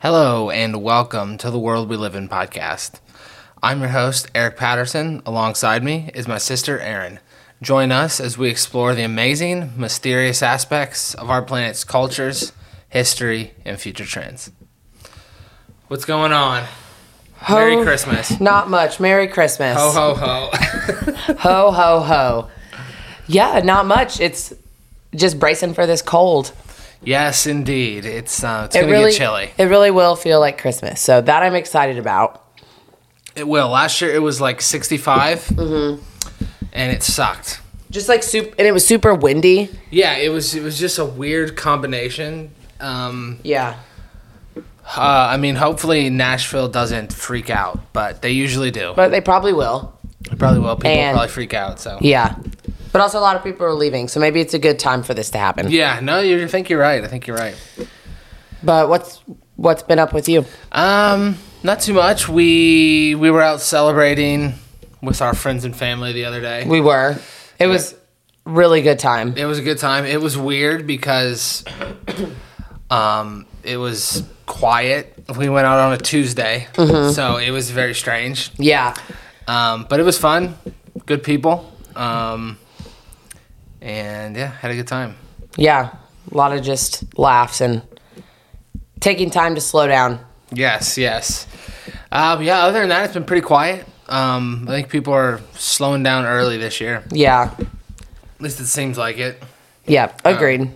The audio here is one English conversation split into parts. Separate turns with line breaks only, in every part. Hello, and welcome to the World We Live in podcast. I'm your host, Eric Patterson. Alongside me is my sister, Erin. Join us as we explore the amazing, mysterious aspects of our planet's cultures, history, and future trends. What's going on? Merry
Ho-
Christmas.
Not much. Merry Christmas.
Ho, ho, ho.
ho ho ho. Yeah, not much. It's just bracing for this cold.
yes, indeed. It's, uh, it's going to
really
get chilly.
It really will feel like Christmas. So that I'm excited about.
It will. Last year it was like 65,
Mm-hmm.
and it sucked.
Just like soup and it was super windy.
Yeah, it was it was just a weird combination. Um,
Yeah.
uh, I mean, hopefully Nashville doesn't freak out, but they usually do.
But they probably will.
It probably will. People
And-
probably freak out. So
Yeah. But also a lot of people are leaving, so maybe it's a good time for this to happen.
yeah, no, you I think you're right. I think you're right.
But what's what's been up with you?
Um, not too much. We we were out celebrating with our friends and family the other day.
We were. It was really good time.
It was a good time. It was weird because um, it was quiet. We went out on a Tuesday, so it was very strange.
Yeah.
Um, but it was fun. Good people. Um, and yeah, had a good time.
Yeah. A lot of just laughs and taking time to slow down.
Yes, yes. Um, yeah. Other than that, it's been pretty quiet. Um, I think people are slowing down early this year.
Yeah.
At least it seems like it.
Yeah,
Um,
agreed.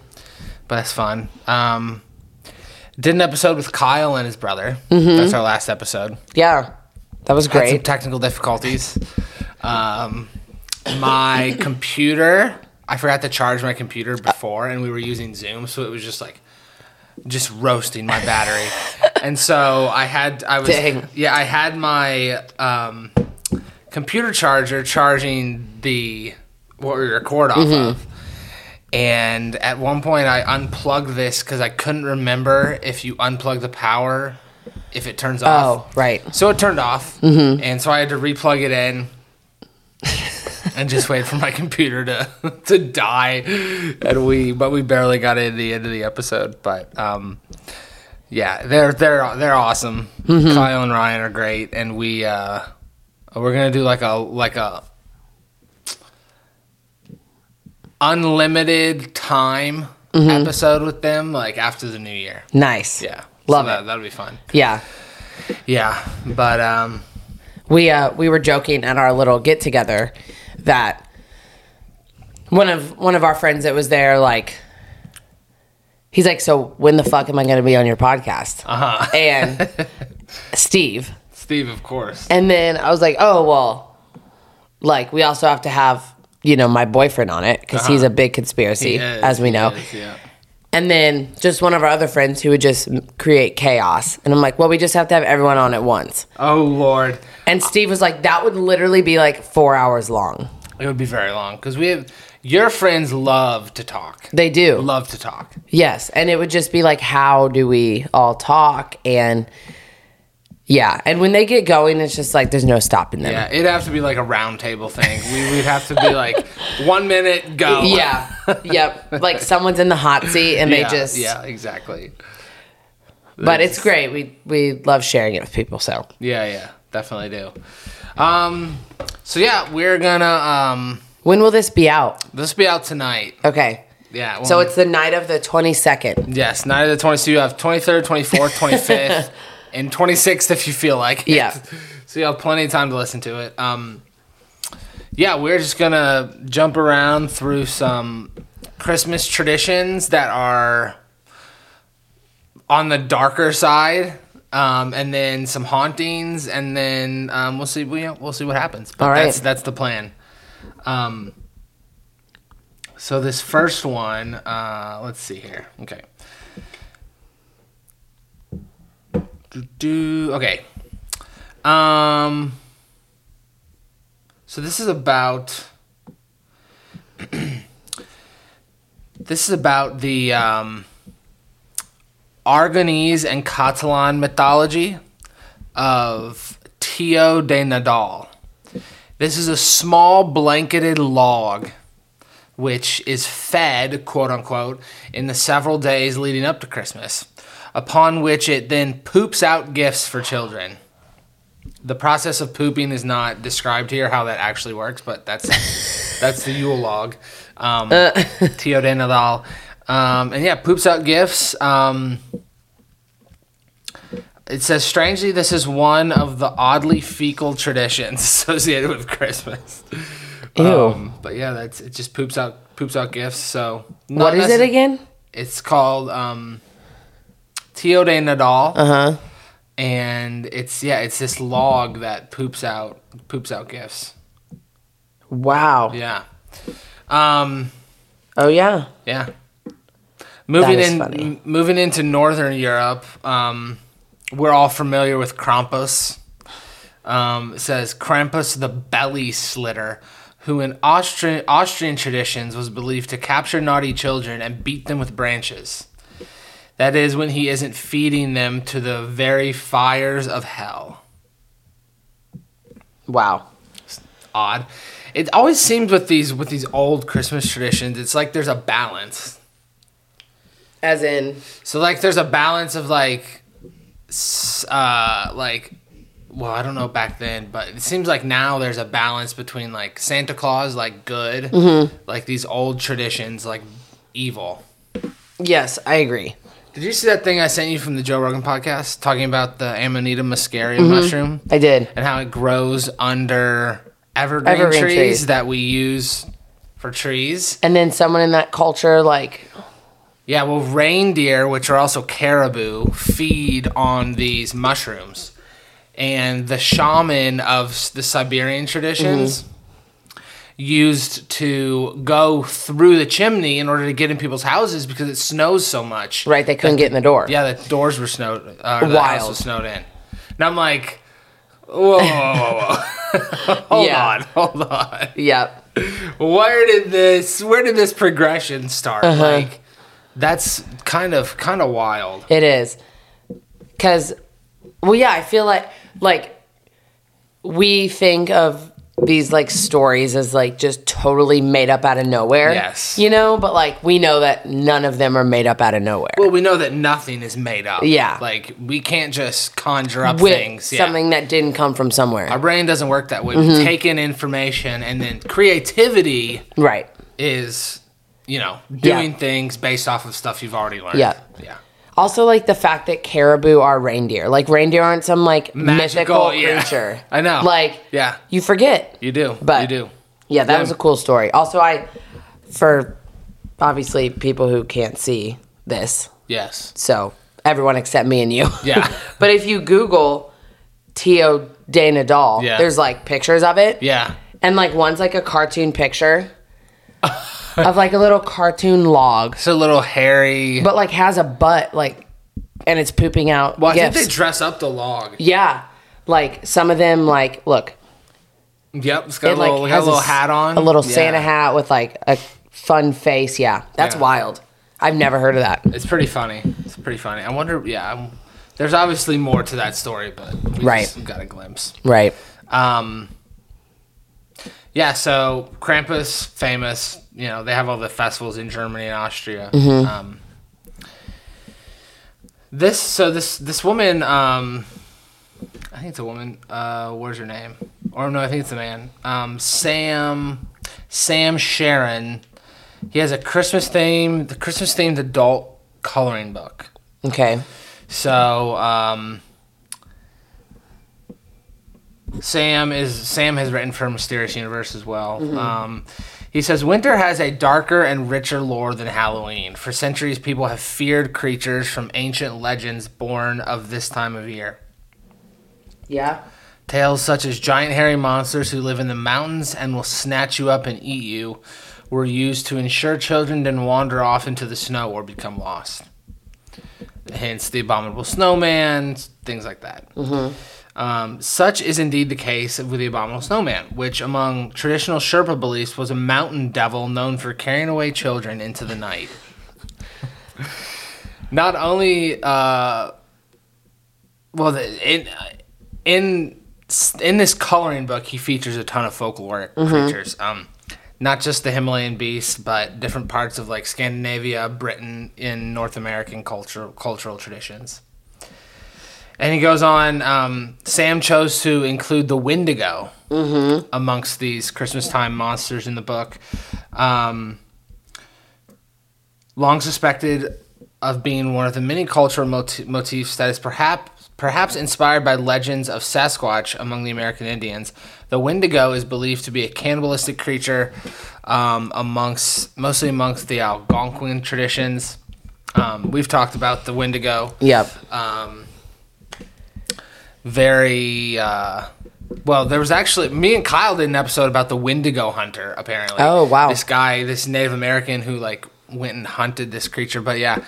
But that's fun. Um, did an episode with Kyle and his brother. That's our last episode.
yeah, that was
Had some
great.
technical difficulties. Um, my computer, I forgot to charge my computer before, and we were using Zoom, so it was just like just roasting my battery. and so I had, I was,
Dang.
yeah, I had my um, computer charger charging the what we record off
Mm-hmm.
of. And at one point, I unplugged this because I couldn't remember if you unplug the power, if it turns off.
Oh, right.
So it turned off,
Mm-hmm.
and so I had to replug it in, and just wait for my computer to to die. And we, but we barely got in the end of the episode. But um, yeah, they're they're they're awesome.
Mm-hmm.
Kyle and Ryan are great, and we uh, we're gonna do like a like a unlimited time
Mm-hmm.
episode with them, like after the new year.
Nice.
Yeah,
Love
that,
it.
That'll be fun.
Yeah.
Yeah, but um.
We uh we were joking at our little get together that one of one of our friends that was there like he's like so when the fuck am I going to be on your podcast?
Uh.
Uh-huh. And Steve
Steve, of course.
and then I was like, "Oh, well like we also have to have you know my boyfriend on it because he's
Uh-huh.
a big conspiracy
He is,
as we
he
know
is, yeah.
And then just one of our other friends who would just m- create chaos. And I'm like, well, we just have to have everyone on at once.
Oh Lord,
And Steve was like, that would literally be like four hours long.
it would be very long because we have your friends love to talk.
They do.
Love to talk.
Yes. And it would just be like, how do we all talk? And yeah. And when they get going, it's just like, there's no stopping them.
Yeah, it'd have to be like a round table thing. We would have to be like one minute go.
Yeah. yep. Like someone's in the hot seat and
Yeah,
they just,
yeah, exactly.
but it's great. We, we love sharing it with people. So
Yeah, yeah, definitely do. Um, so yeah, we're gonna um,
when will this be out?
this will be out tonight.
Okay.
Yeah.
So
when-
it's the night of the 22nd.
yes, night of the twenty. So you have twenty third, twenty fourth, twenty fifth, and twenty sixth if you feel like. it.
Yeah.
so you have plenty of time to listen to it. Um, yeah, we're just gonna jump around through some Christmas traditions that are on the darker side, um, and then some hauntings, and then um, we'll see. We'll, we'll see what happens. But
All right.
that's that's the plan. Um, so this first one, uh, let's see here. Okay. Do okay. Um. So this is about. this is about the um, Aragonese and Catalan mythology of Tio de Nadal. This is a small blanketed log which is fed, quote unquote, in the several days leading up to Christmas, upon which it then poops out gifts for children. The process of pooping is not described here how that actually works, but that's that's the Yule log. Um,
Uh.
Teodenadal. Um, and yeah, poops out gifts. Um, it says, strangely, this is one of the oddly fecal traditions associated with Christmas.
Ew.
Um, but yeah, that's it. Just poops out poops out gifts. So not
what is it
necess-
again?
It's called um, Tio de Nadal,
Uh huh.
and it's yeah, it's this log that poops out poops out gifts.
Wow.
Yeah. Um.
Oh yeah.
Yeah. Moving
is
in,
funny.
m- moving into Northern Europe, um, we're all familiar with Krampus. Um, it says Krampus the belly slitter, who in Austri- Austrian traditions was believed to capture naughty children and beat them with branches. That is when he isn't feeding them to the very fires of hell
Wow.
odd. It always seems with these with these old Christmas traditions, it's like there's a balance.
As in,
So like there's a balance of like s- uh like well, I don't know back then, but it seems like now there's a balance between like Santa Claus like good,
Mm-hmm.
like these old traditions like evil.
yes, I agree.
Did you see that thing I sent you from the Joe Rogan podcast talking about the Amanita muscaria
Mm-hmm.
mushroom?
I did.
and how it grows under evergreen,
Evergreen
trees,
trees.
that we use for trees.
And then someone in that culture, like,
Yeah, well, reindeer, which are also caribou, feed on these mushrooms. And the shaman of s- the Siberian traditions
Mm-hmm.
used to go through the chimney in order to get in people's houses because it snows so much.
right? They couldn't get in the door.
Yeah, the doors were snowed. Uh, the house
Wild.
was snowed in, and I'm like, whoa, whoa, whoa, whoa. hold
Yeah.
on, hold on.
Yep.
Where did this? Where did this progression start?
Uh-huh.
Like, that's kind of kind of wild.
It is. Cause well yeah, I feel like like we think of these like stories as like just totally made up out of nowhere.
Yes.
You know, but like we know that none of them are made up out of nowhere.
Well, we know that nothing is made up.
Yeah.
like we can't just conjure up
With
things. Yeah.
something Mm-hmm. that didn't come from somewhere.
Our brain doesn't work that way. We take in information, and then creativity
right.
is, you know,
Yeah.
doing things based off of stuff you've already learned.
Yeah.
yeah.
Also like the fact that caribou are reindeer. Like reindeer aren't some like
Magical,
mythical
yeah.
creature.
I know.
Like
Yeah.
you forget.
You do.
But
you do.
Yeah, that
Yeah.
was a cool story. Also, I for obviously people who can't see this,
Yes.
so everyone except me and you.
Yeah.
but if you Google Tio De Nadal,
Yeah.
there's like pictures of it,
Yeah.
and like one's like a cartoon picture of like a little cartoon log,
It's a little hairy.
but like has a butt like, and it's pooping out.
well, I
gifts.
think they dress up the log.
yeah, like some of them like look
Yep. It's got a
It, like,
little, got a
has
little
s-
hat on.
a little
Yeah.
Santa hat with like a fun face. Yeah, that's
Yeah.
wild. I've never heard of that.
It's pretty funny. It's pretty funny. I wonder. Yeah. I'm- there's obviously more to that story, but we
Right.
just got a glimpse.
Right.
Um. Yeah. So Krampus, famous. You know, they have all the festivals in Germany and Austria. Um, this. So this this woman. Um, I think it's a woman. Uh, where's her name? Or no, I think it's a man. Um, Sam. Sam Sharon. He has a Christmas theme. The Christmas themed adult coloring book.
Okay.
So um, Sam is Sam has written for Mysterious Universe as well. Um, he says winter has a darker and richer lore than Halloween. For centuries, people have feared creatures from ancient legends born of this time of year.
Yeah.
Tales such as giant hairy monsters who live in the mountains and will snatch you up and eat you were used to ensure children didn't wander off into the snow or become lost. Hence the abominable snowman, things like that. Um, such is indeed the case with the abominable snowman, which among traditional Sherpa beliefs was a mountain devil known for carrying away children into the night. Not only. Uh, well, the, in in in this coloring book, he features a ton of folkloric creatures. Um, not just the Himalayan beast, but different parts of like Scandinavia, Britain, in North American culture, cultural traditions. And he goes on. Um, Sam chose to include the Wendigo amongst these Christmas time monsters in the book. Um, long suspected of being one of the many cultural moti- motifs that is perhaps perhaps inspired by legends of Sasquatch among the American Indians. The Wendigo is believed to be a cannibalistic creature um, amongst mostly amongst the Algonquin traditions. Um, we've talked about the Wendigo Um,
Yep.
very uh, well. There was actually me and Kyle did an episode about the Wendigo hunter. Apparently,
Oh, wow.
this guy, this Native American who like went and hunted this creature. But yeah,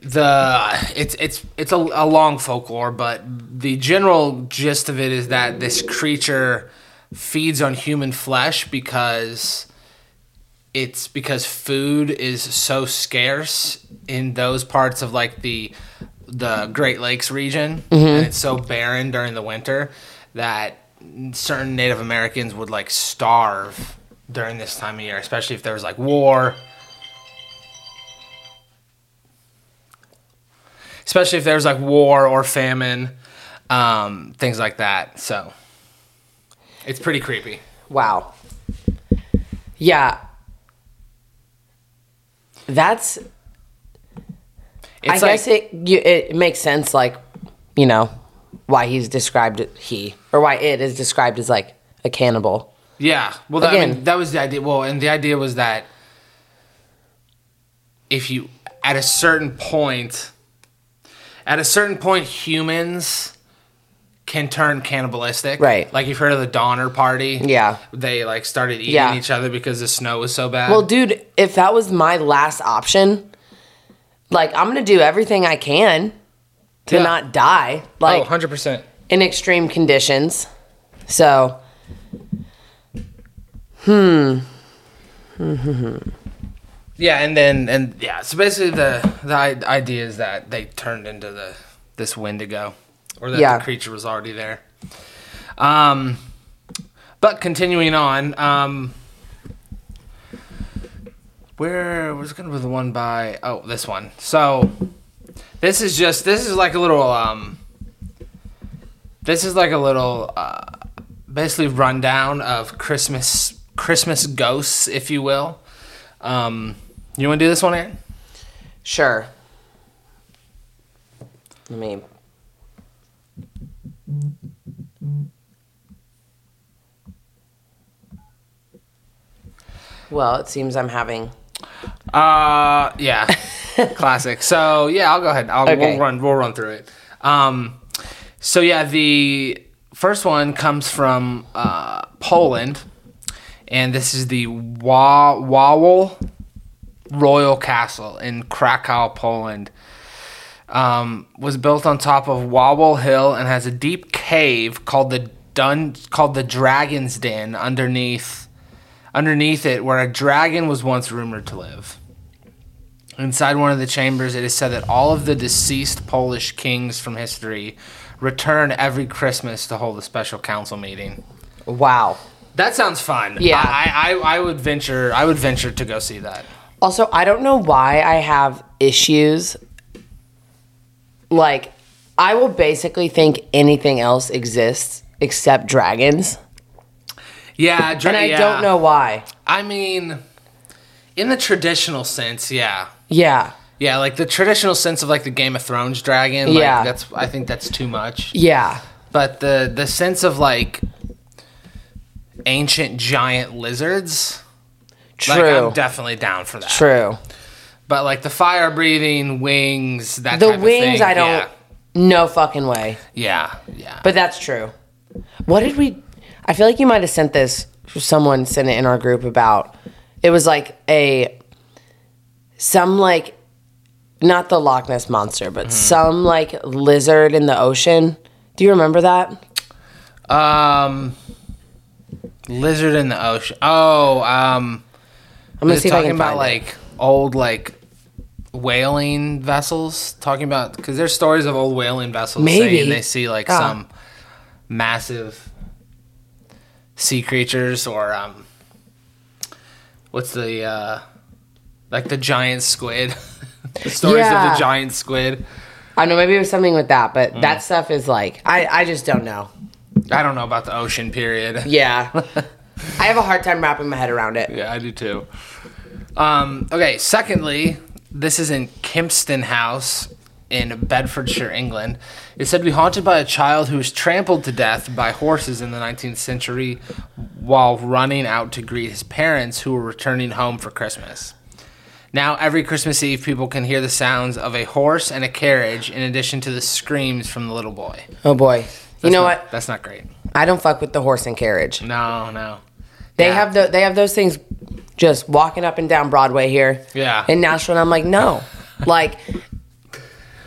the it's it's it's a, a long folklore, but the general gist of it is that this creature feeds on human flesh because it's because food is so scarce in those parts of like the the Great Lakes region,
Mm-hmm.
and it's so barren during the winter that certain Native Americans would like starve during this time of year, especially if there was like war. Especially if there was like war or famine, um, things like that. So it's pretty creepy.
Wow. Yeah. That's.
It's
I
like,
guess it you, it makes sense, like you know, why he's described he or why it is described as like a cannibal.
Yeah. Well, that, I mean,
Again.
that was the idea. Well, and the idea was that if you, at a certain point, at a certain point, humans can turn cannibalistic.
Right.
Like you've heard of the Donner Party.
Yeah.
They like started eating
Yeah.
each other because the snow was so bad.
Well, dude, if that was my last option, like I'm gonna do everything I can to
Yeah.
not die, like
oh, 100%.
in extreme conditions. So,
Yeah. And then, and yeah. So basically, the, the i- idea is that they turned into the this Wendigo or that
Yeah.
the creature was already there. Um, But continuing on, um, where was it going to be the one by? Oh, this one. So this is just this is like a little um, this is like a little uh, basically rundown of Christmas Christmas ghosts, if you will. Um, you want to do this one, Aaron?
sure. Let me. Well, it seems I'm having.
Uh, yeah, classic. So yeah, I'll go ahead. I'll
Okay.
we'll run. We'll run through it. Um, so yeah, the first one comes from uh, Poland, and this is the Wa- Wawel Royal Castle in Krakow, Poland. Um, was built on top of Wawel Hill and has a deep cave called the Dun called the Dragon's Den underneath underneath it where a dragon was once rumored to live. Inside one of the chambers, it is said that all of the deceased Polish kings from history return every Christmas to hold a special council meeting.
Wow.
That sounds fun.
Yeah.
I, I, I would venture I would venture to go see that.
Also, I don't know why I have issues. Like, I will basically think anything else exists except dragons.
Yeah, dra-
And I
yeah.
don't know why.
I mean, in the traditional sense, yeah,
Yeah.
yeah, like the traditional sense of like the Game of Thrones dragon. Like,
Yeah.
that's I think that's too much.
Yeah.
but the the sense of like ancient giant lizards
True.
like i'm definitely down for that
True.
but like the fire breathing wings that
The
type of
wings,
thing,
I don't.
yeah
No fucking way.
yeah, yeah.
But that's true. What did we? I feel like you might have sent this. Someone sent it in our group about. It was like a. Some like, not the Loch Ness monster,
Mm-hmm.
but some like lizard in the ocean. Do you remember that?
um lizard in the ocean oh um
I'm gonna
is
see
it
if I
talking
can
about
find it.
like old like whaling vessels talking about because there's stories of old whaling vessels
Maybe.
saying they see like
Ah.
some massive sea creatures or um what's the uh, like the giant squid? the stories of
Yeah.
the giant squid.
I know maybe it was something with that,
Mm.
but that stuff is like I, I just don't know.
I don't know about the ocean period.
Yeah. I have a hard time wrapping my head around it.
Yeah, I do too. Um, okay, secondly, this is in Kempston House in Bedfordshire, England. It's said to be haunted by a child who was trampled to death by horses in the 19th century while running out to greet his parents who were returning home for Christmas. Now, every Christmas Eve, people can hear the sounds of a horse and a carriage in addition to the screams from the little boy.
Oh boy. You
That's
know
not-
what?
That's not great.
I don't fuck with the horse and carriage.
No, no.
They
Yeah.
have the they have those things just walking up and down Broadway here.
Yeah.
In Nashville and I'm like, no. Like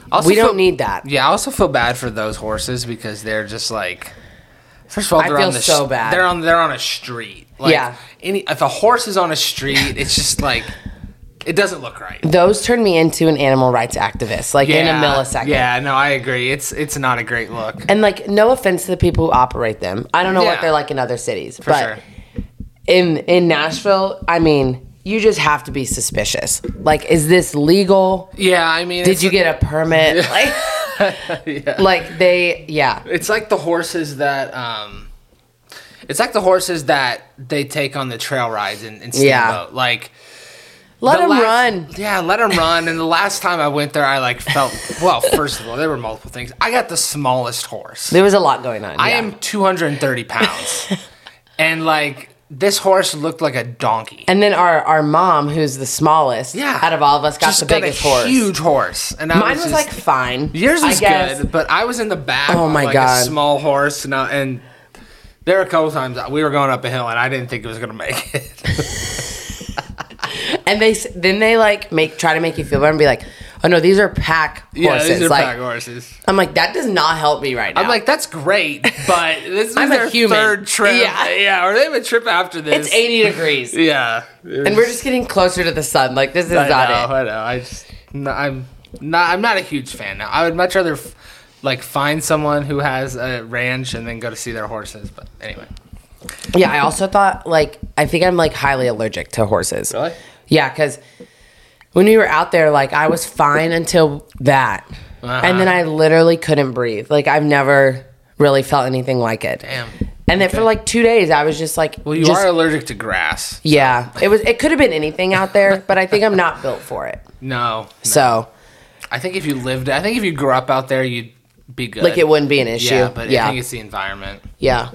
Also
we don't
feel-
need that.
Yeah, I also feel bad for those horses because they're just like. First of all,
I
they're
feel
on the
so bad.
They're on they're on a street. Like,
Yeah.
Any if a horse is on a street, it's just like it doesn't look right.
Those turn me into an animal rights activist, like in
Yeah,
a millisecond.
Yeah. No, I agree. It's it's not a great look.
And like no offense to the people who operate them. I don't know
Yeah.
what they're like in other cities.
For
but
sure.
in in Nashville, I mean, you just have to be suspicious. Like, is this legal?
Yeah. I mean,
Did
it's-
you get a permit? Like, like they, yeah,
It's like the horses that um it's like the horses that they take on the trail rides in, in Steamboat.
Yeah.
Like
let
The
them
last-
run.
Yeah, let them run. And the last time I went there, I like felt well. First of all, there were multiple things. I got the smallest horse.
There was a lot going on.
I
yeah.
am 230 pounds, and like this horse looked like a donkey.
and then our our mom, who's the smallest,
Yeah,
out of all of us, got
Just
the biggest horse.
huge horse. And I
Mine was,
just-
like fine.
yours
I
was
guess.
good, but I was in the back.
Oh
on,
my
like,
God.
a small horse, and, I, and there were a couple times we were going up a hill, and I didn't think it was gonna make it.
And they s- then they like make try to make you feel better and be like, oh no, these are pack horses.
yeah, these are
like
pack horses.
I'm like that does not help me right now.
I'm like, that's great, but this is
I'm a
their
human.
third trip.
Yeah.
Yeah. or they have a trip after this.
it's 80 degrees.
Yeah,
And we're just getting closer to the sun. Like this is
I
not
know,
it.
I know. I just, no, I'm not. I'm not a huge fan now. I would much rather, f- like, find someone who has a ranch and then go to see their horses. But anyway,
Yeah, I also thought like I think I'm like highly allergic to horses.
Really?
Yeah, because when we were out there, like I was fine until that,
Uh-huh.
and then I literally couldn't breathe. Like I've never really felt anything like it.
Damn.
And then for like two days, I was just like,
well, you
just-
are allergic to grass.
Yeah, it was. It could have been anything out there, but I think I'm not built for it.
No,
So
I think if you lived, I think if you grew up out there, you'd be good.
like it wouldn't be an issue.
yeah, but I
yeah,
think it's the environment.
yeah.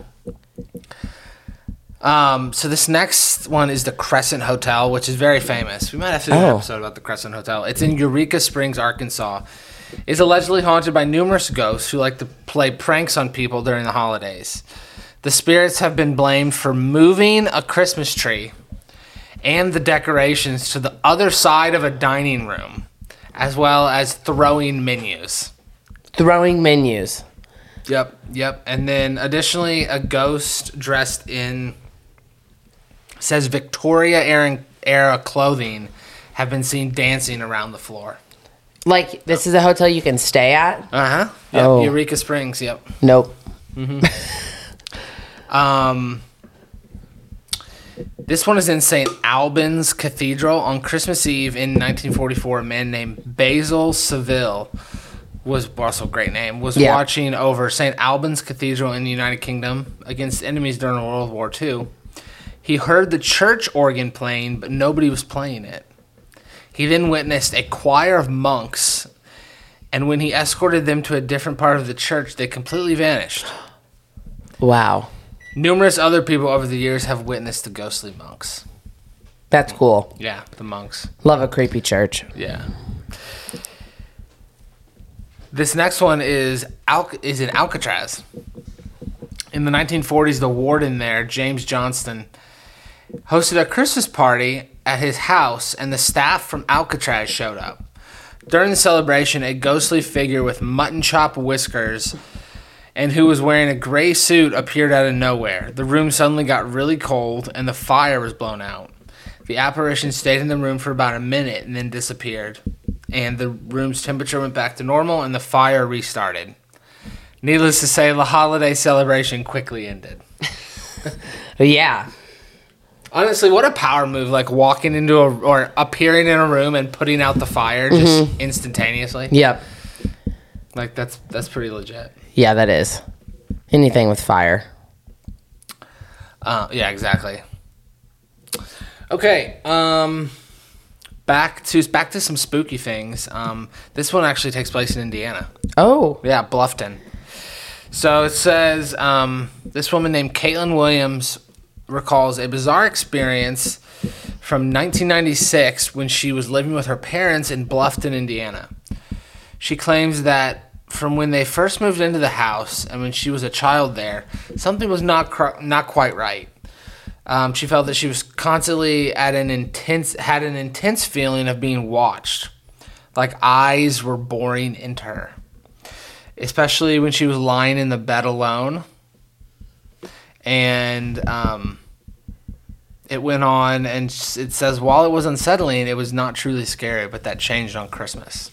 Um, so this next one is the Crescent Hotel, which is very famous. We might have to do an
Oh.
episode about the Crescent Hotel. It's in Eureka Springs, Arkansas. It's allegedly haunted by numerous ghosts who like to play pranks on people during the holidays. The spirits have been blamed for moving a Christmas tree and the decorations to the other side of a dining room, as well as throwing menus.
Throwing menus.
Yep, yep. And then additionally, a ghost dressed in says Victoria era, era clothing have been seen dancing around the floor.
Like this is a hotel you can stay at.
Uh huh. Yep.
Oh.
Eureka Springs. Yep.
Nope.
Um, this one is in St. Albans Cathedral. On Christmas Eve in 1944, a man named Basil Seville was also a great name was
Yeah.
watching over St. Albans Cathedral in the United Kingdom against enemies during World War II. He heard the church organ playing, but nobody was playing it. He then witnessed a choir of monks, and when he escorted them to a different part of the church, they completely vanished.
Wow.
Numerous other people over the years have witnessed the ghostly monks.
That's cool.
Yeah, the monks.
Love a creepy church.
Yeah. This next one is Al- is in Alcatraz. In the 1940s, the warden there, James Johnston, hosted a Christmas party at his house, and the staff from Alcatraz showed up. During the celebration, a ghostly figure with mutton chop whiskers and who was wearing a gray suit appeared out of nowhere. The room suddenly got really cold and the fire was blown out. The apparition stayed in the room for about a minute and then disappeared. And the room's temperature went back to normal and the fire restarted. Needless to say, the holiday celebration quickly ended.
Yeah.
Honestly, what a power move! Like walking into a or appearing in a room and putting out the fire just instantaneously.
Yep.
Like that's that's pretty legit.
Yeah, that is. Anything with fire.
Uh, yeah, exactly. Okay, um, back to back to some spooky things. Um, this one actually takes place in Indiana.
Oh.
Yeah, Bluffton. So it says um, this woman named Caitlin Williams recalls a bizarre experience from 1996 when she was living with her parents in Bluffton, Indiana. She claims that from when they first moved into the house and when she was a child there, something was not cr- not quite right. Um, she felt that she was constantly at an intense had an intense feeling of being watched, like eyes were boring into her especially when she was lying in the bed alone. And um, it went on, and s- it says, while it was unsettling, it was not truly scary, but that changed on Christmas.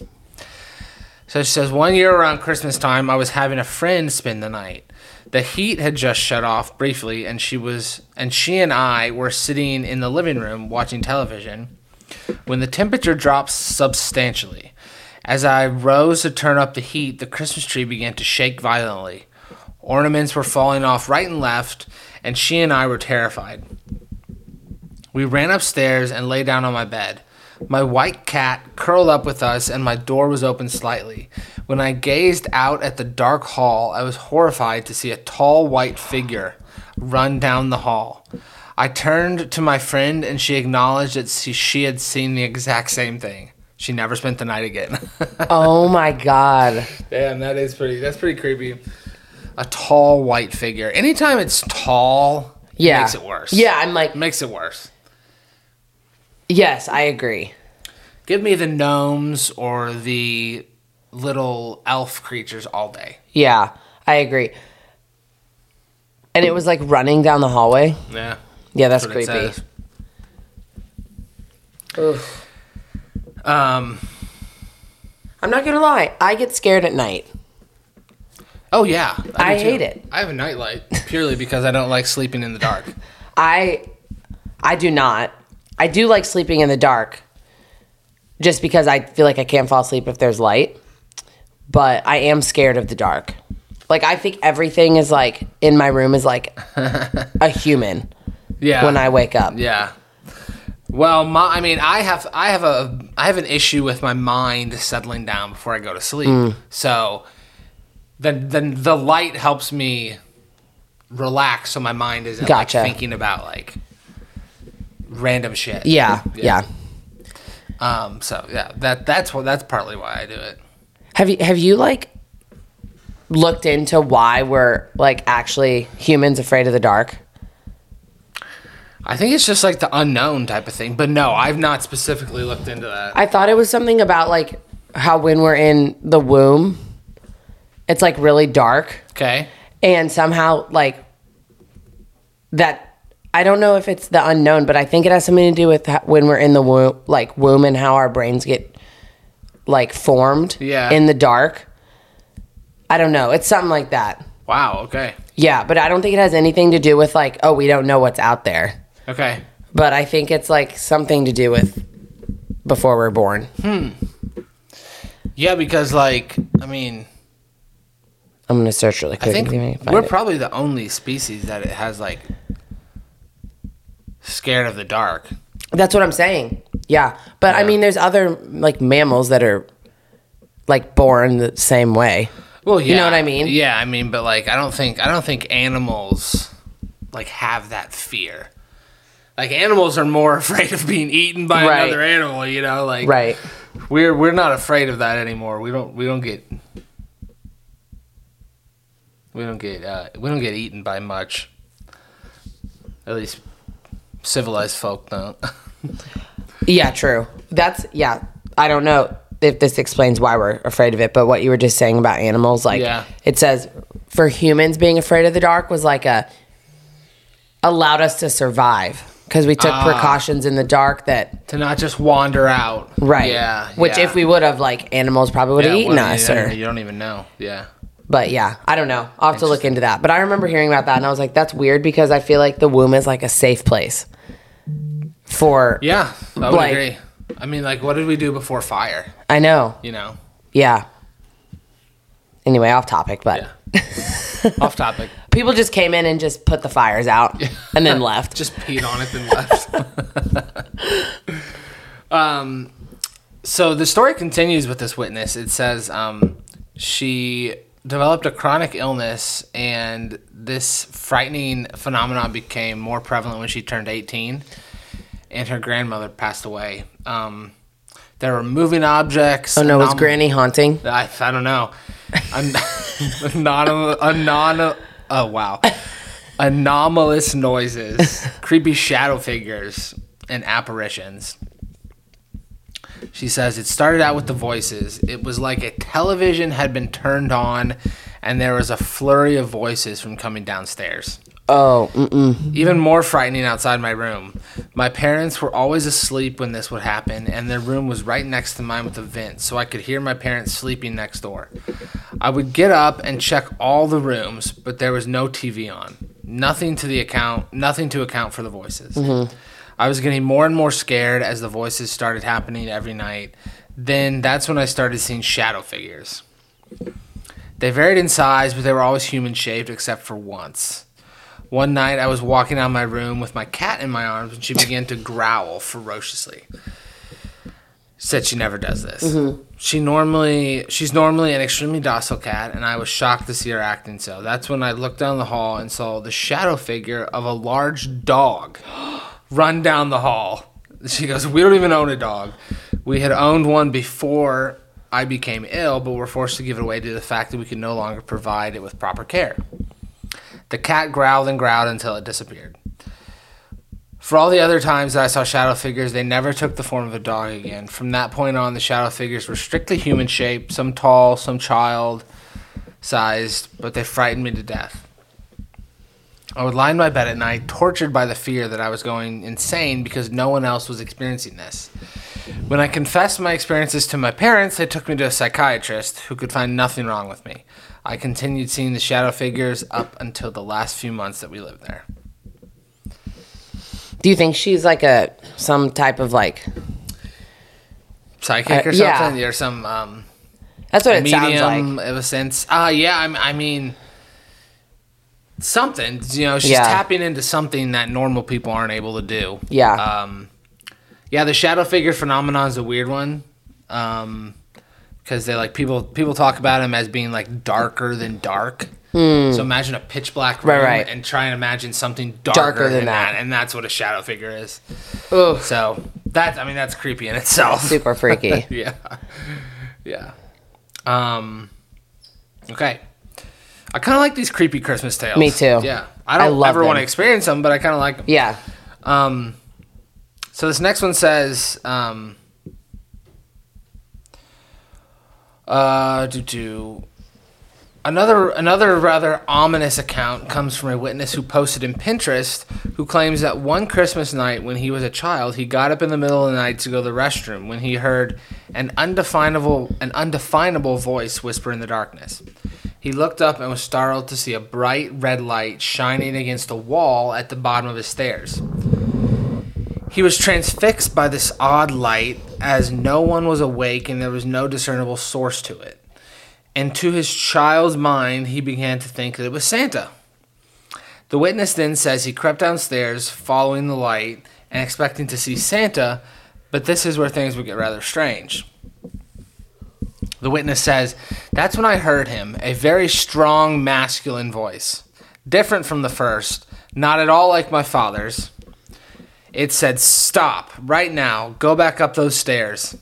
So she says, one year around Christmas time, I was having a friend spend the night. The heat had just shut off briefly, and she was, and she and I were sitting in the living room watching television when the temperature dropped substantially. As I rose to turn up the heat, the Christmas tree began to shake violently. Ornaments were falling off right and left, and she and I were terrified. We ran upstairs and lay down on my bed. My white cat curled up with us, and my door was open slightly. When I gazed out at the dark hall, I was horrified to see a tall white figure run down the hall. I turned to my friend, and she acknowledged that she- she had seen the exact same thing. She never spent the night again.
Oh my God.
Damn, that is pretty. That's pretty creepy. A tall white figure. Anytime it's tall,
Yeah.
it makes it worse.
Yeah, I'm like,
it makes it worse.
yes, I agree.
Give me the gnomes or the little elf creatures all day.
Yeah, I agree. And it was like running down the hallway.
Yeah,
Yeah, that's,
what it
creepy.
says.
Ugh.
Um.
I'm not gonna lie, I get scared at night.
Oh yeah,
I
do,
hate it.
I have a nightlight purely because I don't like sleeping in the dark.
I I do not. I do like sleeping in the dark just because I feel like I can't fall asleep if there's light. But I am scared of the dark. Like I think everything is like in my room is like a human
Yeah.
when I wake up.
Yeah. Well, my, I mean, I have I have a I have an issue with my mind settling down before I go to sleep.
Mm.
So then then the light helps me relax so my mind isn't
Gotcha.
like thinking about like random shit.
Yeah, yeah.
Um so yeah, that that's what that's partly why I do it.
Have you have you like looked into why we're like actually humans afraid of the dark?
I think it's just like the unknown type of thing. But no, I've not specifically looked into that.
I thought it was something about like how when we're in the womb it's like really dark
Okay.
and somehow like that I don't know if it's the unknown, but I think it has something to do with ho- when we're in the womb, like womb, and how our brains get like formed
Yeah.
in the dark. I don't know. It's something like that.
Wow, okay.
Yeah, but I don't think it has anything to do with like, oh, we don't know what's out there.
Okay.
But I think it's like something to do with before we're born.
Yeah, because like I mean
I'm gonna search really quick.
I think
and see if I can find
we're
it.
probably the only species that it has like scared of the dark.
That's what I'm saying. Yeah. But I mean, there's other like mammals that are like born the same way.
Well, yeah.
know what I mean?
Yeah, I mean, but like I don't think I don't think animals like have that fear. Like animals are more afraid of being eaten by
Right.
another animal, you know, like
Right.
We're we're not afraid of that anymore. We don't we don't get we don't get uh, we don't get eaten by much. At least civilized folk don't.
Yeah, true. That's, yeah. I don't know if this explains why we're afraid of it, but what you were just saying about animals, like
Yeah.
it says for humans being afraid of the dark was like a, allowed us to survive because we
Ah.
took precautions in the dark that,
to not just wander out.
right.
Yeah.
Which
yeah.
if we would have, like animals probably would
Yeah,
have eaten
well,
us
you,
or.
don't- you don't even know. Yeah.
But yeah, I don't know. I'll have to look into that. But I remember hearing about that and I was like, that's weird because I feel like the womb is like a safe place. for
Yeah, I would
Like-
agree. I mean, like, what did we do before fire?
I know.
You know,
Yeah. Anyway, off topic, but
off topic.
people just came in and just put the fires out and then left.
Just peed on it and left. um, so the story continues with this witness. It says um, she developed a chronic illness, and this frightening phenomenon became more prevalent when she turned 18 and her grandmother passed away. Um, there were moving objects.
oh no, was
anom-
Granny haunting?
I, I don't know. An- anom- anon- oh wow. Anomalous noises, creepy shadow figures, and apparitions. She says it started out with the voices. It was like a television had been turned on and there was a flurry of voices from coming downstairs.
Oh, mm-mm.
Even more frightening outside my room. My parents were always asleep when this would happen, and their room was right next to mine with a vent, so I could hear my parents sleeping next door. I would get up and check all the rooms, but there was no TV on. Nothing to the account, nothing to account for the voices. I was getting more and more scared as the voices started happening every night. Then that's when I started seeing shadow figures. They varied in size, but they were always human shaped except for once. One night, I was walking out of my room with my cat in my arms, and she began to growl ferociously. Said she never does this. She normally, she's normally an extremely docile cat, and I was shocked to see her acting so. That's when I looked down the hall and saw the shadow figure of a large dog run down the hall. She goes, "We don't even own a dog. We had owned one before I became ill, but were forced to give it away due to the fact that we could no longer provide it with proper care." The cat growled and growled until it disappeared. For all the other times that I saw shadow figures, they never took the form of a dog again. From that point on, the shadow figures were strictly human shaped, some tall, some child sized, but they frightened me to death. I would lie in my bed at night, tortured by the fear that I was going insane because no one else was experiencing this. When I confessed my experiences to my parents, they took me to a psychiatrist who could find nothing wrong with me. I continued seeing the shadow figures up until the last few months that we lived there.
Do you think she's like a some type of like?
Psychic
Uh,
or
yeah.
something? Or some um,
That's what it sounds
medium
like.
of a sense? Uh, yeah, I, I mean, something. You know, she's
Yeah.
tapping into something that normal people aren't able to do.
Yeah.
Um, yeah, the shadow figure phenomenon is a weird one. Um, because they like people people talk about him as being like darker than dark. So imagine a pitch black room
Hmm. Right, right.
and try and imagine something darker, than, that. and that's what a shadow figure is. So that I mean that's creepy in itself.
Super freaky.
yeah, yeah. Um, okay. I kind of like these creepy Christmas tales.
Me too.
Yeah, I
I
don't
love
ever want to
them.
experience them, but I kind of like them.
Yeah.
Um, so this next one says, um, uh, do do. Another another rather ominous account comes from a witness who posted in Pinterest, who claims that one Christmas night when he was a child, he got up in the middle of the night to go to the restroom when he heard an undefinable an undefinable voice whisper in the darkness. He looked up and was startled to see a bright red light shining against a wall at the bottom of his stairs. He was transfixed by this odd light as no one was awake and there was no discernible source to it. And to his child's mind, he began to think that it was Santa. The witness then says he crept downstairs following the light and expecting to see Santa, but this is where things would get rather strange. The witness says, That's when I heard him, a very strong masculine voice. Different from the first, not at all like my father's. It said, Stop, right now, go back up those stairs.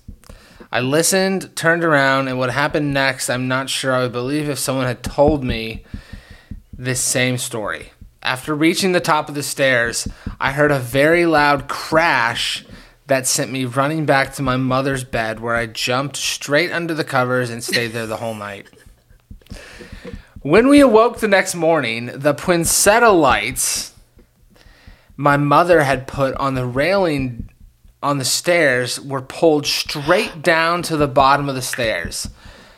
I listened, turned around, and what happened next, I'm not sure I would believe if someone had told me this same story. After reaching the top of the stairs, I heard a very loud crash that sent me running back to my mother's bed where I jumped straight under the covers and stayed there the whole night. When we awoke the next morning, the poinsettia lights my mother had put on the railing on the stairs were pulled straight down to the bottom of the stairs.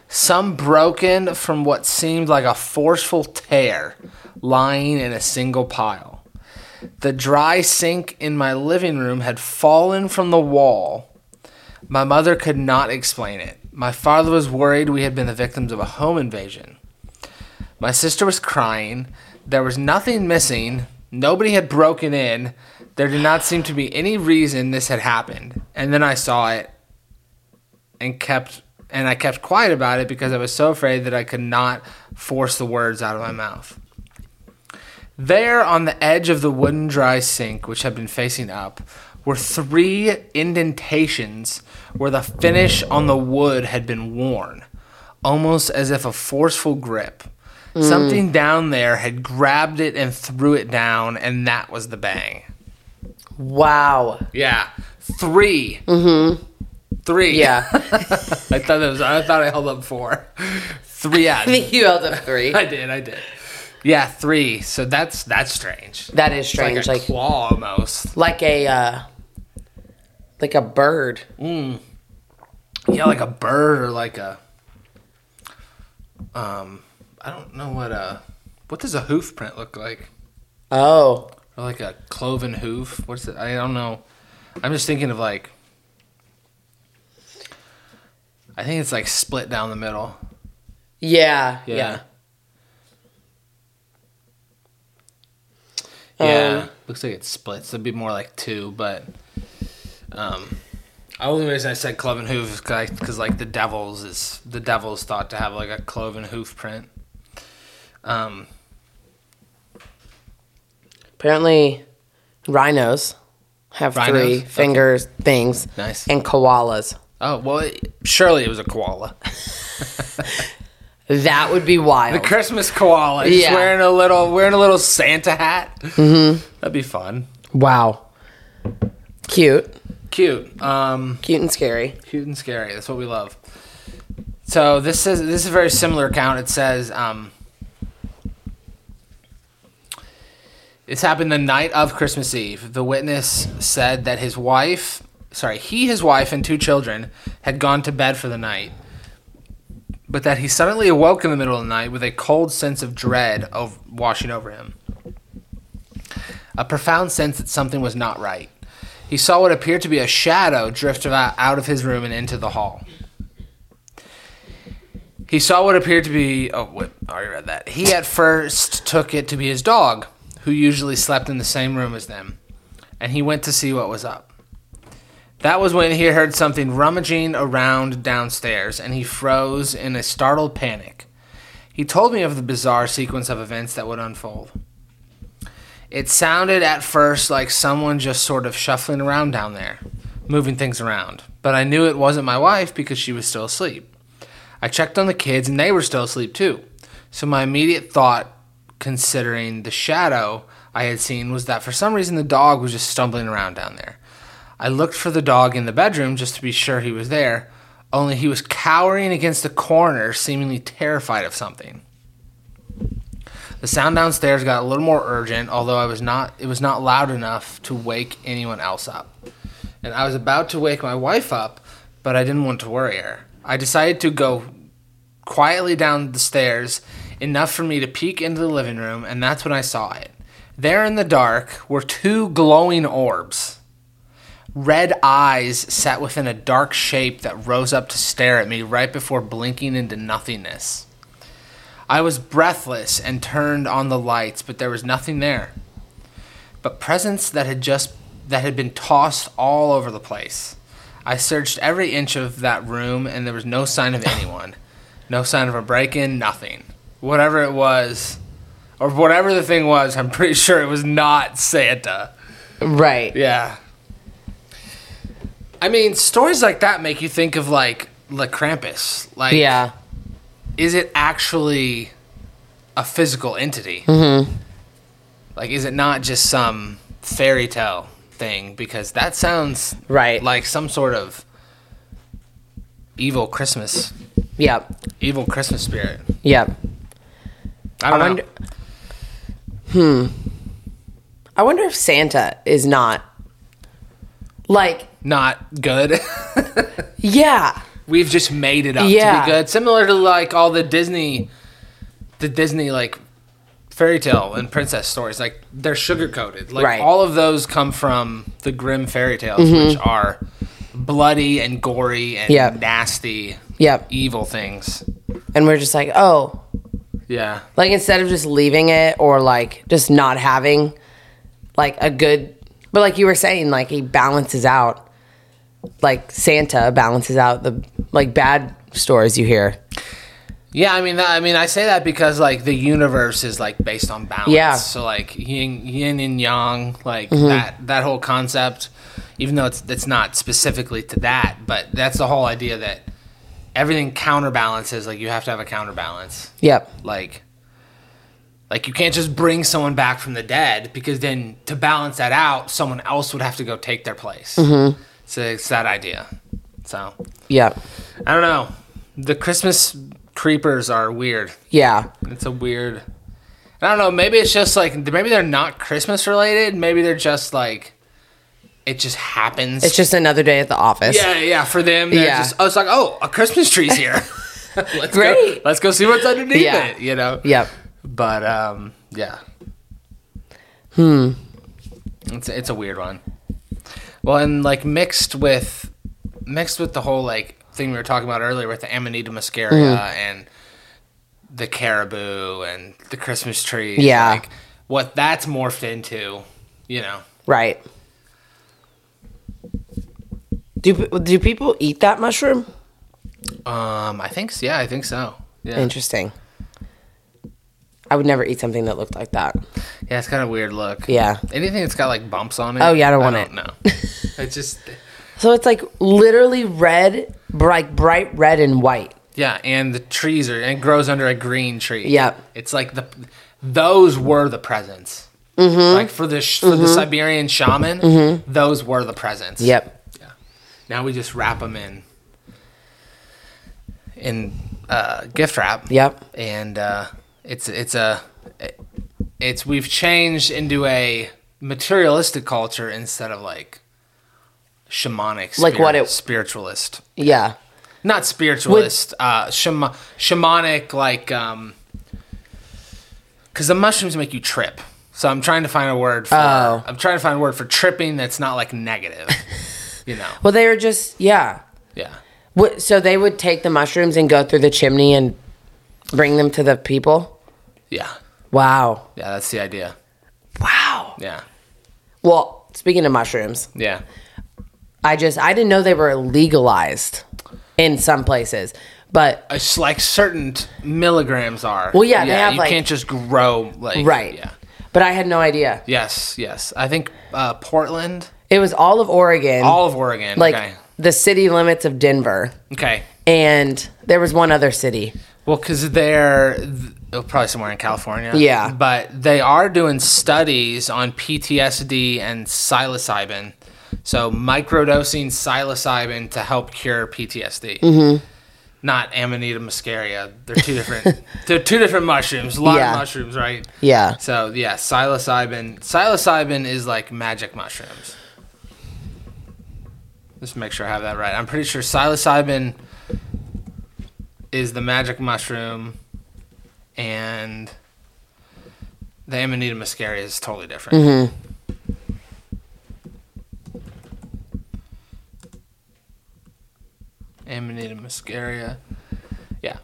Some broken from what seemed like a forceful tear, lying in a single pile. The dry sink in my living room had fallen from the wall. My mother could not explain it. My father was worried we had been the victims of a home invasion. My sister was crying. There was nothing missing. Nobody had broken in. There did not seem to be any reason this had happened. And then I saw it and kept and I kept quiet about it because I was so afraid that I could not force the words out of my mouth. There on the edge of the wooden dry sink which had been facing up were three indentations where the finish on the wood had been worn, almost as if a forceful grip.
Mm.
Something down there had grabbed it and threw it down, and that was the bang.
Wow.
Yeah, 3 Mm-hmm. Three.
Yeah.
I thought that was. I thought I held up four. Three. Yeah,
I think you held up three.
I did. I did. Yeah, three. So that's that's strange.
That is
It's
strange.
Like a
like
claw almost.
like a uh like a bird.
Yeah, like a bird or like a. Um, I don't know what a. What does a hoof print look like?
Oh.
Or like a cloven hoof? What's it? I don't know. I'm just thinking of like. I think it's like split down the middle.
Yeah. Yeah.
Yeah.
Um,
Looks like it splits. It'd be more like two, but um, the only reason I said cloven hoof is because like the devil's is the devil's thought to have like a cloven hoof print. Um,
Apparently rhinos have
Rhinos?
three
Okay.
fingers things
nice.
and koalas.
Oh well, it, surely it was a koala.
That would be
The
wild.
Christmas koala. Just
Yeah.
wearing a little wearing a little Santa hat. Mm-hmm. That'd be fun.
wow. Cute.
Cute. Um.
Cute and scary.
cute and scary. That's what we love. So this says this is a very similar account. It says um, this happened the night of Christmas Eve. The witness said that his wife, sorry, he, his wife, and two children had gone to bed for the night, but that he suddenly awoke in the middle of the night with a cold sense of dread of washing over him a profound sense that something was not right. He saw what appeared to be a shadow drift about- out of his room and into the hall. He saw what appeared to be. Oh, wait, I already read that. He at first took it to be his dog, who usually slept in the same room as them, and he went to see what was up. That was when he heard something rummaging around downstairs, and he froze in a startled panic. He told me of the bizarre sequence of events that would unfold. It sounded at first like someone just sort of shuffling around down there, moving things around. But I knew it wasn't my wife because she was still asleep. I checked on the kids and they were still asleep too. So my immediate thought, considering the shadow I had seen, was that for some reason the dog was just stumbling around down there. I looked for the dog in the bedroom just to be sure he was there, only he was cowering against the corner, seemingly terrified of something. The sound downstairs got a little more urgent, although I was not it was not loud enough to wake anyone else up. And I was about to wake my wife up, but I didn't want to worry her. I decided to go quietly down the stairs, enough for me to peek into the living room, and that's when I saw it. There in the dark were two glowing orbs. Red eyes sat within a dark shape that rose up to stare at me right before blinking into nothingness. I was breathless and turned on the lights, but there was nothing there. But presents that had just that had been tossed all over the place. I searched every inch of that room and there was no sign of anyone. No sign of a break-in, nothing. Whatever it was or whatever the thing was, I'm pretty sure it was not Santa.
Right.
Yeah. I mean, stories like that make you think of like Le Krampus. Like
Yeah.
is it actually a physical entity? Like, is it not just some fairy tale thing? Because that sounds
Right.
like some sort of evil Christmas,
Yep.
evil Christmas spirit.
Yep.
I don't
I
know.
wonder. Hmm. I wonder if Santa is not like
Not good.
yeah
We've just made it up to
Yeah.
be good. Similar to like all the Disney, the Disney like fairy tale and princess stories, like they're sugar coated. Like
Right. Mm-hmm.
all of those come from the grim fairy tales, which are bloody and gory and
Yep.
nasty,
Yep.
evil things.
And we're just like, oh,
Yeah,
like instead of just leaving it or like just not having like a good, but like you were saying, like he balances out, like Santa balances out the like bad stories you hear.
yeah. I mean, that- I mean, I say that because like the universe is like based on balance.
Yeah.
So like yin, yin and yang, like that that whole concept. Even though it's it's not specifically to that, but that's the whole idea that everything counterbalances. Like you have to have a counterbalance.
Yep.
like like you can't just bring someone back from the dead because then to balance that out someone else would have to go take their place so it's that idea so
Yep.
i don't know the christmas creepers are weird
Yeah.
it's a weird i don't know maybe it's just like maybe they're not christmas related maybe they're just like it just happens
It's just another day at the office.
yeah yeah for them they're
Yeah.
just oh it's like oh a christmas tree's here let's go
Great.
let's go see what's underneath
Yeah.
it you know
Yep.
but um, yeah. Hmm. It's it's a weird one. Well, and like mixed with mixed with the whole like thing we were talking about earlier with the Amanita muscaria
Hmm.
and the caribou and the Christmas tree.
Yeah.
Like what that's morphed into, you know.
Right. Do do people eat that mushroom?
Um, I think s- yeah, I think so. Yeah.
Interesting. I would never eat something that looked like that.
Yeah, it's got a weird look.
Yeah.
Anything that's got like bumps on it.
Oh, yeah, I don't want it.
No. it's just
So it's like literally red, like bright red and white.
Yeah, and the trees are and grows under a green tree.
Yep.
it's like the those were the presents.
Mm-hmm.
Like for the sh for the Siberian shaman, those were the presents.
Yep.
Yeah. Now we just wrap them in in uh, gift wrap.
Yep.
And uh, it's it's a it's we've changed into a materialistic culture instead of like shamanic
Like what
spirit-
it-
spiritualist
Yeah.
not spiritualist uh shama- shamanic like um because the mushrooms make you trip so i'm trying to find a word for
Oh.
i'm trying to find a word for tripping that's not like negative you know
Well, they were just yeah.
yeah
What, so they would take the mushrooms and go through the chimney and bring them to the people.
yeah
Wow.
yeah that's the idea
Wow.
yeah
Well, speaking of mushrooms,
yeah
I just I didn't know they were legalized in some places, but
it's like certain t- milligrams are
Well, yeah, they have,
you
like-
can't just grow like
right.
yeah
But I had no idea.
yes yes i think uh portland
It was all of Oregon,
all of oregon
like
okay
the city limits of Denver,
okay
and there was one other city.
Well, because they're th- oh, probably somewhere in California.
Yeah.
But they are doing studies on PTSD and psilocybin. So microdosing psilocybin to help cure PTSD.
Mm-hmm.
Not Amanita muscaria. They're two different. they're two different mushrooms. A lot
Yeah.
of mushrooms, right?
Yeah.
So yeah, psilocybin. Psilocybin is like magic mushrooms. Just make sure I have that right. I'm pretty sure psilocybin is the magic mushroom, and the Amanita muscaria is totally different. Amanita muscaria, yeah.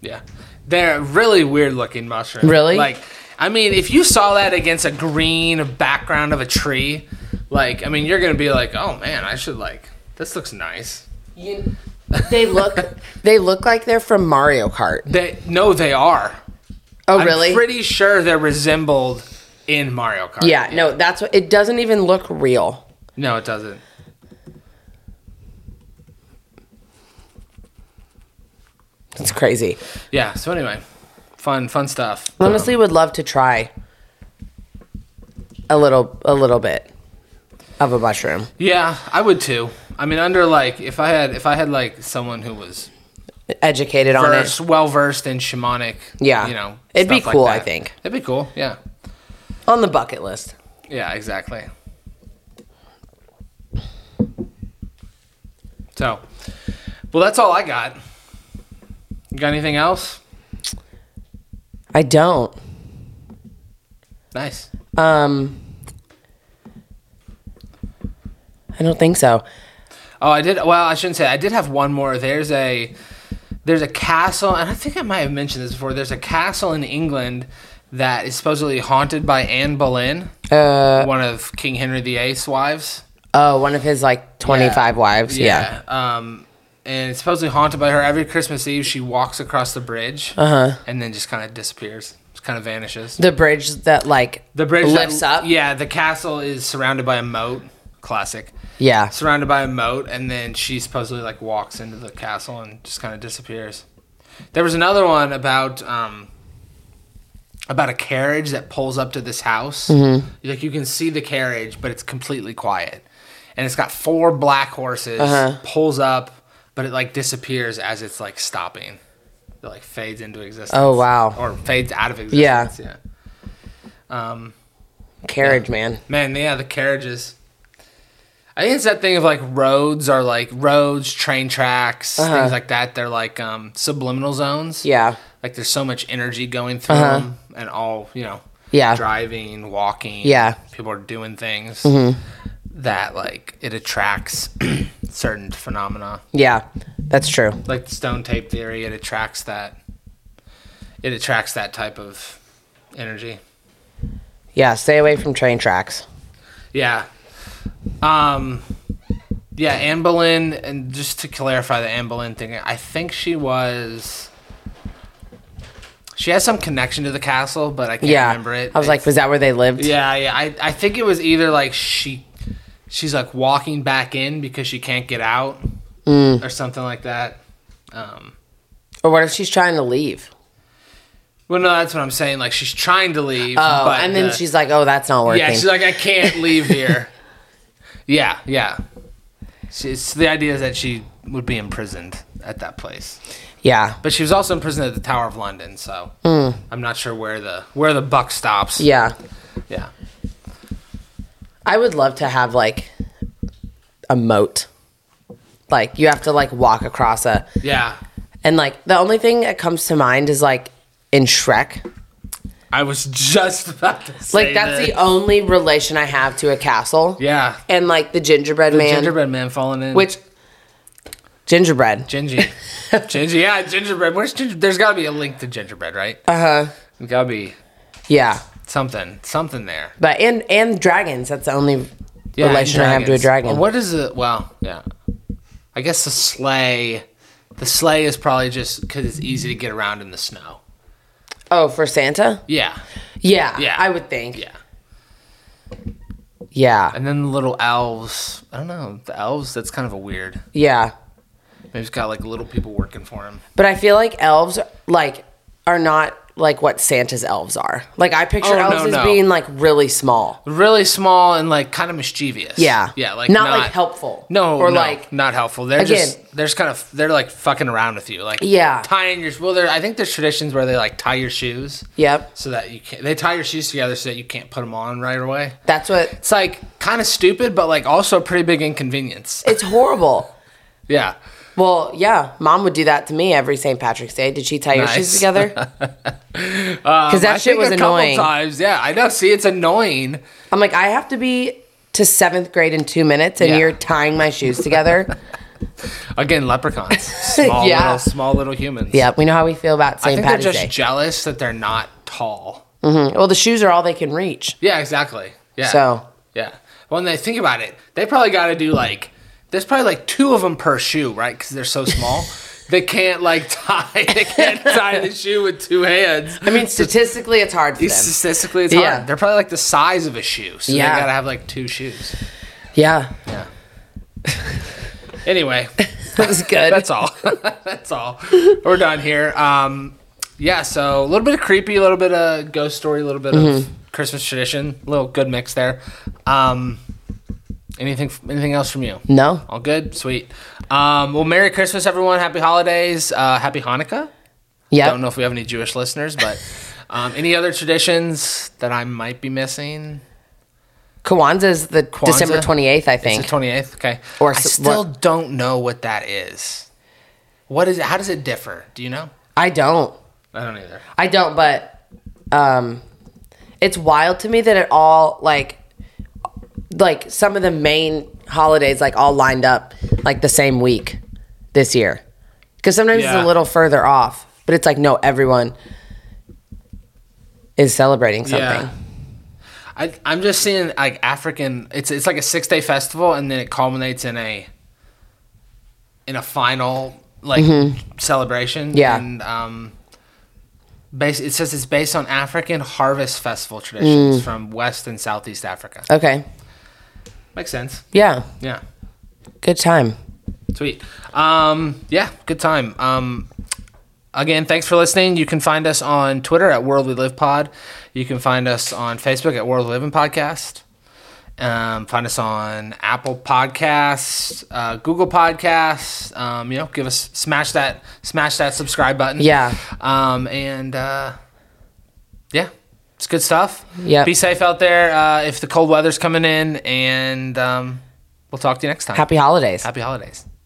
Yeah. They're really weird looking mushrooms.
Really?
Like, I mean, if you saw that against a green background of a tree, like, I mean, you're going to be like, oh man, I should, like, this looks nice.
You, they look they look like they're from Mario Kart.
They, no, they are.
Oh,
I'm
really?
pretty sure they're resembled in Mario Kart.
yeah, no, that's what it doesn't even look real.
No, it doesn't.
It's crazy.
Yeah. So, anyway, fun, fun stuff.
Honestly, would love to try a little a little bit of a mushroom.
Yeah, I would too. I mean, under like, if I had, if I had like someone who was
Educated on it.
versed, well versed in shamanic.
Yeah.
you know,
It'd be
stuff
cool, I
that.
think.
it'd be cool. Yeah,
On the bucket list.
yeah, exactly. So, well, that's all I got. You got anything else?
I don't.
Nice.
Um, I don't think so.
Oh, I did. Well, I shouldn't say. I did have one more. There's a there's a castle, and I think I might have mentioned this before. There's a castle in England that is supposedly haunted by Anne Boleyn,
Uh,
one of King Henry VIII's wives.
oh, one of his like 25 wives. Yeah.
Um, and it's supposedly haunted by her. Every Christmas Eve, she walks across the bridge, uh-huh. and then just kind of disappears. Just kind of vanishes.
The bridge that like
The bridge that-
lifts up.
Yeah, the castle is surrounded by a moat. Classic.
Yeah.
surrounded by a moat, and then she supposedly like walks into the castle and just kind of disappears. There was another one about um, about a carriage that pulls up to this house.
Mm-hmm.
Like you can see the carriage, but it's completely quiet, and it's got four black horses.
Uh-huh.
Pulls up, but it like disappears as it's like stopping. It like fades into existence.
Oh, wow.
Or fades out of existence. Yeah. Yeah. Um,
Carriage man.
Man, yeah, the carriages. I think it's that thing of like roads are like roads, train tracks, things like that. They're like um, subliminal zones.
Uh-huh. Yeah. Uh-huh.
Like there's so much energy going through them and all, you know,
Yeah.
driving, walking.
Yeah. Mm-hmm.
People are doing things that like it attracts certain phenomena.
Yeah. That's true.
Like the stone tape theory, it attracts that. It attracts that type of energy.
Yeah. Stay away from train tracks.
Yeah. Um yeah, Anne Boleyn and just to clarify the Anne Boleyn thing, I think she was she has some connection to the castle, but I can't
Yeah.
remember it.
I was like, was that where they lived?
Yeah, yeah. I, I think it was either like she she's like walking back in because she can't get out
Mm.
or something like that. Um
Or what if she's trying to leave?
well no, that's what I'm saying. Like she's trying to leave
Oh,
but
and then
the-
she's like, oh, that's not working.
Yeah, she's like, I can't leave here. yeah, yeah. She's, the idea is that she would be imprisoned at that place,
yeah.
but she was also imprisoned at the Tower of London. So I'm not sure where the where the buck stops.
Hmm. Yeah.
yeah.
I would love to have like a moat. Like you have to like walk across a
Yeah.
and like the only thing that comes to mind is like in Shrek.
I was just about to say
Like that's
that.
the only relation I have to a castle.
yeah
And like the gingerbread man.
gingerbread man falling in
Which gingerbread.
Gingy, Gingy, yeah, gingerbread. Where's ginger? There's got to be a link to gingerbread, right? Uh huh. Got to be
Uh-huh. Yeah.
something, something there.
But and and dragons, that's the only
Yeah,
relation
and
I have to a
dragons.
dragon.
What is it? Well, yeah. I guess the sleigh. The sleigh is probably just because it's easy to get around in the snow.
Oh, for Santa?
Yeah,
Yeah.
Yeah.
I would think.
yeah.
Yeah.
And then the little elves. I don't know the elves. That's kind of a weird.
Yeah.
Maybe it's got like little people working for him.
But I feel like elves like are not like what Santa's elves are. Like I picture
Oh, no,
elves as
no.
being like really small.
Really small and like kind of mischievous.
Yeah.
yeah. Like
not, like helpful.
No,
Or
no,
like
not helpful. They're
Again-
just they're just kind of they're like fucking around with you, like
Yeah.
tying your well. There, I think there's traditions where they like tie your shoes,
Yep.
so that you can't. They tie your shoes together so that you can't put them on right away.
That's what
It's like kind of stupid, but like also a pretty big inconvenience.
it's horrible.
Yeah.
Well, yeah, mom would do that to me every St. Patrick's Day. Did she tie your shoes
Nice.
together? Because
Um,
that
I
shit
think
was
a couple
annoying.
times, yeah, I know. See, it's annoying.
I'm like, I have to be to seventh grade in two minutes, and
Yeah.
you're tying my shoes together.
Again, leprechauns, small
Yeah.
little, small little humans.
yeah, we know how we feel about
I
St.
think they're
Patrick's
just
Day.
jealous that they're not tall.
Mhm. Well, the shoes are all they can reach.
Yeah, exactly. Yeah.
So
Yeah. When they think about it, they probably got to do like there's probably like two of them per shoe, right? Because they're so small, they can't like tie. They can't tie the shoe with two hands.
I mean, statistically, it's hard for them.
Statistically, it's
Yeah.
hard. They're probably like the size of a shoe, so
Yeah.
they gotta have like two shoes.
Yeah,
Yeah. anyway,
that was good.
that's all. that's all. We're done here. Um, yeah. So a little bit of creepy, a little bit of ghost story, a little bit
Mm-hmm.
of Christmas tradition, a little good mix there. Um, anything? Anything else from you?
no.
All good, sweet. Um, well, Merry Christmas, everyone. Happy holidays. Uh, happy Hanukkah.
Yeah.
Don't know if we have any Jewish listeners, but um, any other traditions that I might be missing?
Kwanzaa's the December
Kwanzaa?
28th, I
It's
think.
the twenty eighth. Okay.
Or
I
s-
still don't know what that is. What is it? How does it differ? Do you know?
I don't.
I don't either.
I don't, but um, it's wild to me that it all like like some of the main holidays like all lined up like the same week this year. Because sometimes
Yeah.
it's a little further off, but it's like no, everyone is celebrating something.
Yeah. I, I'm just seeing like African. It's it's like a six day festival, and then it culminates in a in a final like celebration.
Mm-hmm. Yeah.
and um, base, it says it's based on African harvest festival
Mm.
traditions from West and Southeast Africa.
Okay.
Makes sense.
Yeah.
Yeah,
Good time.
sweet. Um, yeah, good time. Um, again, thanks for listening. You can find us on Twitter at World We Live Pod. You can find us on Facebook at World We Living Podcast. Um, find us on Apple Podcasts, uh, Google Podcasts. Um, you know, give us smash that smash that subscribe button.
Yeah.
Um, and uh, yeah, it's good stuff.
Yep.
Be safe out there. Uh, if the cold weather's coming in, and um, we'll talk to you next time.
Happy holidays.
Happy holidays.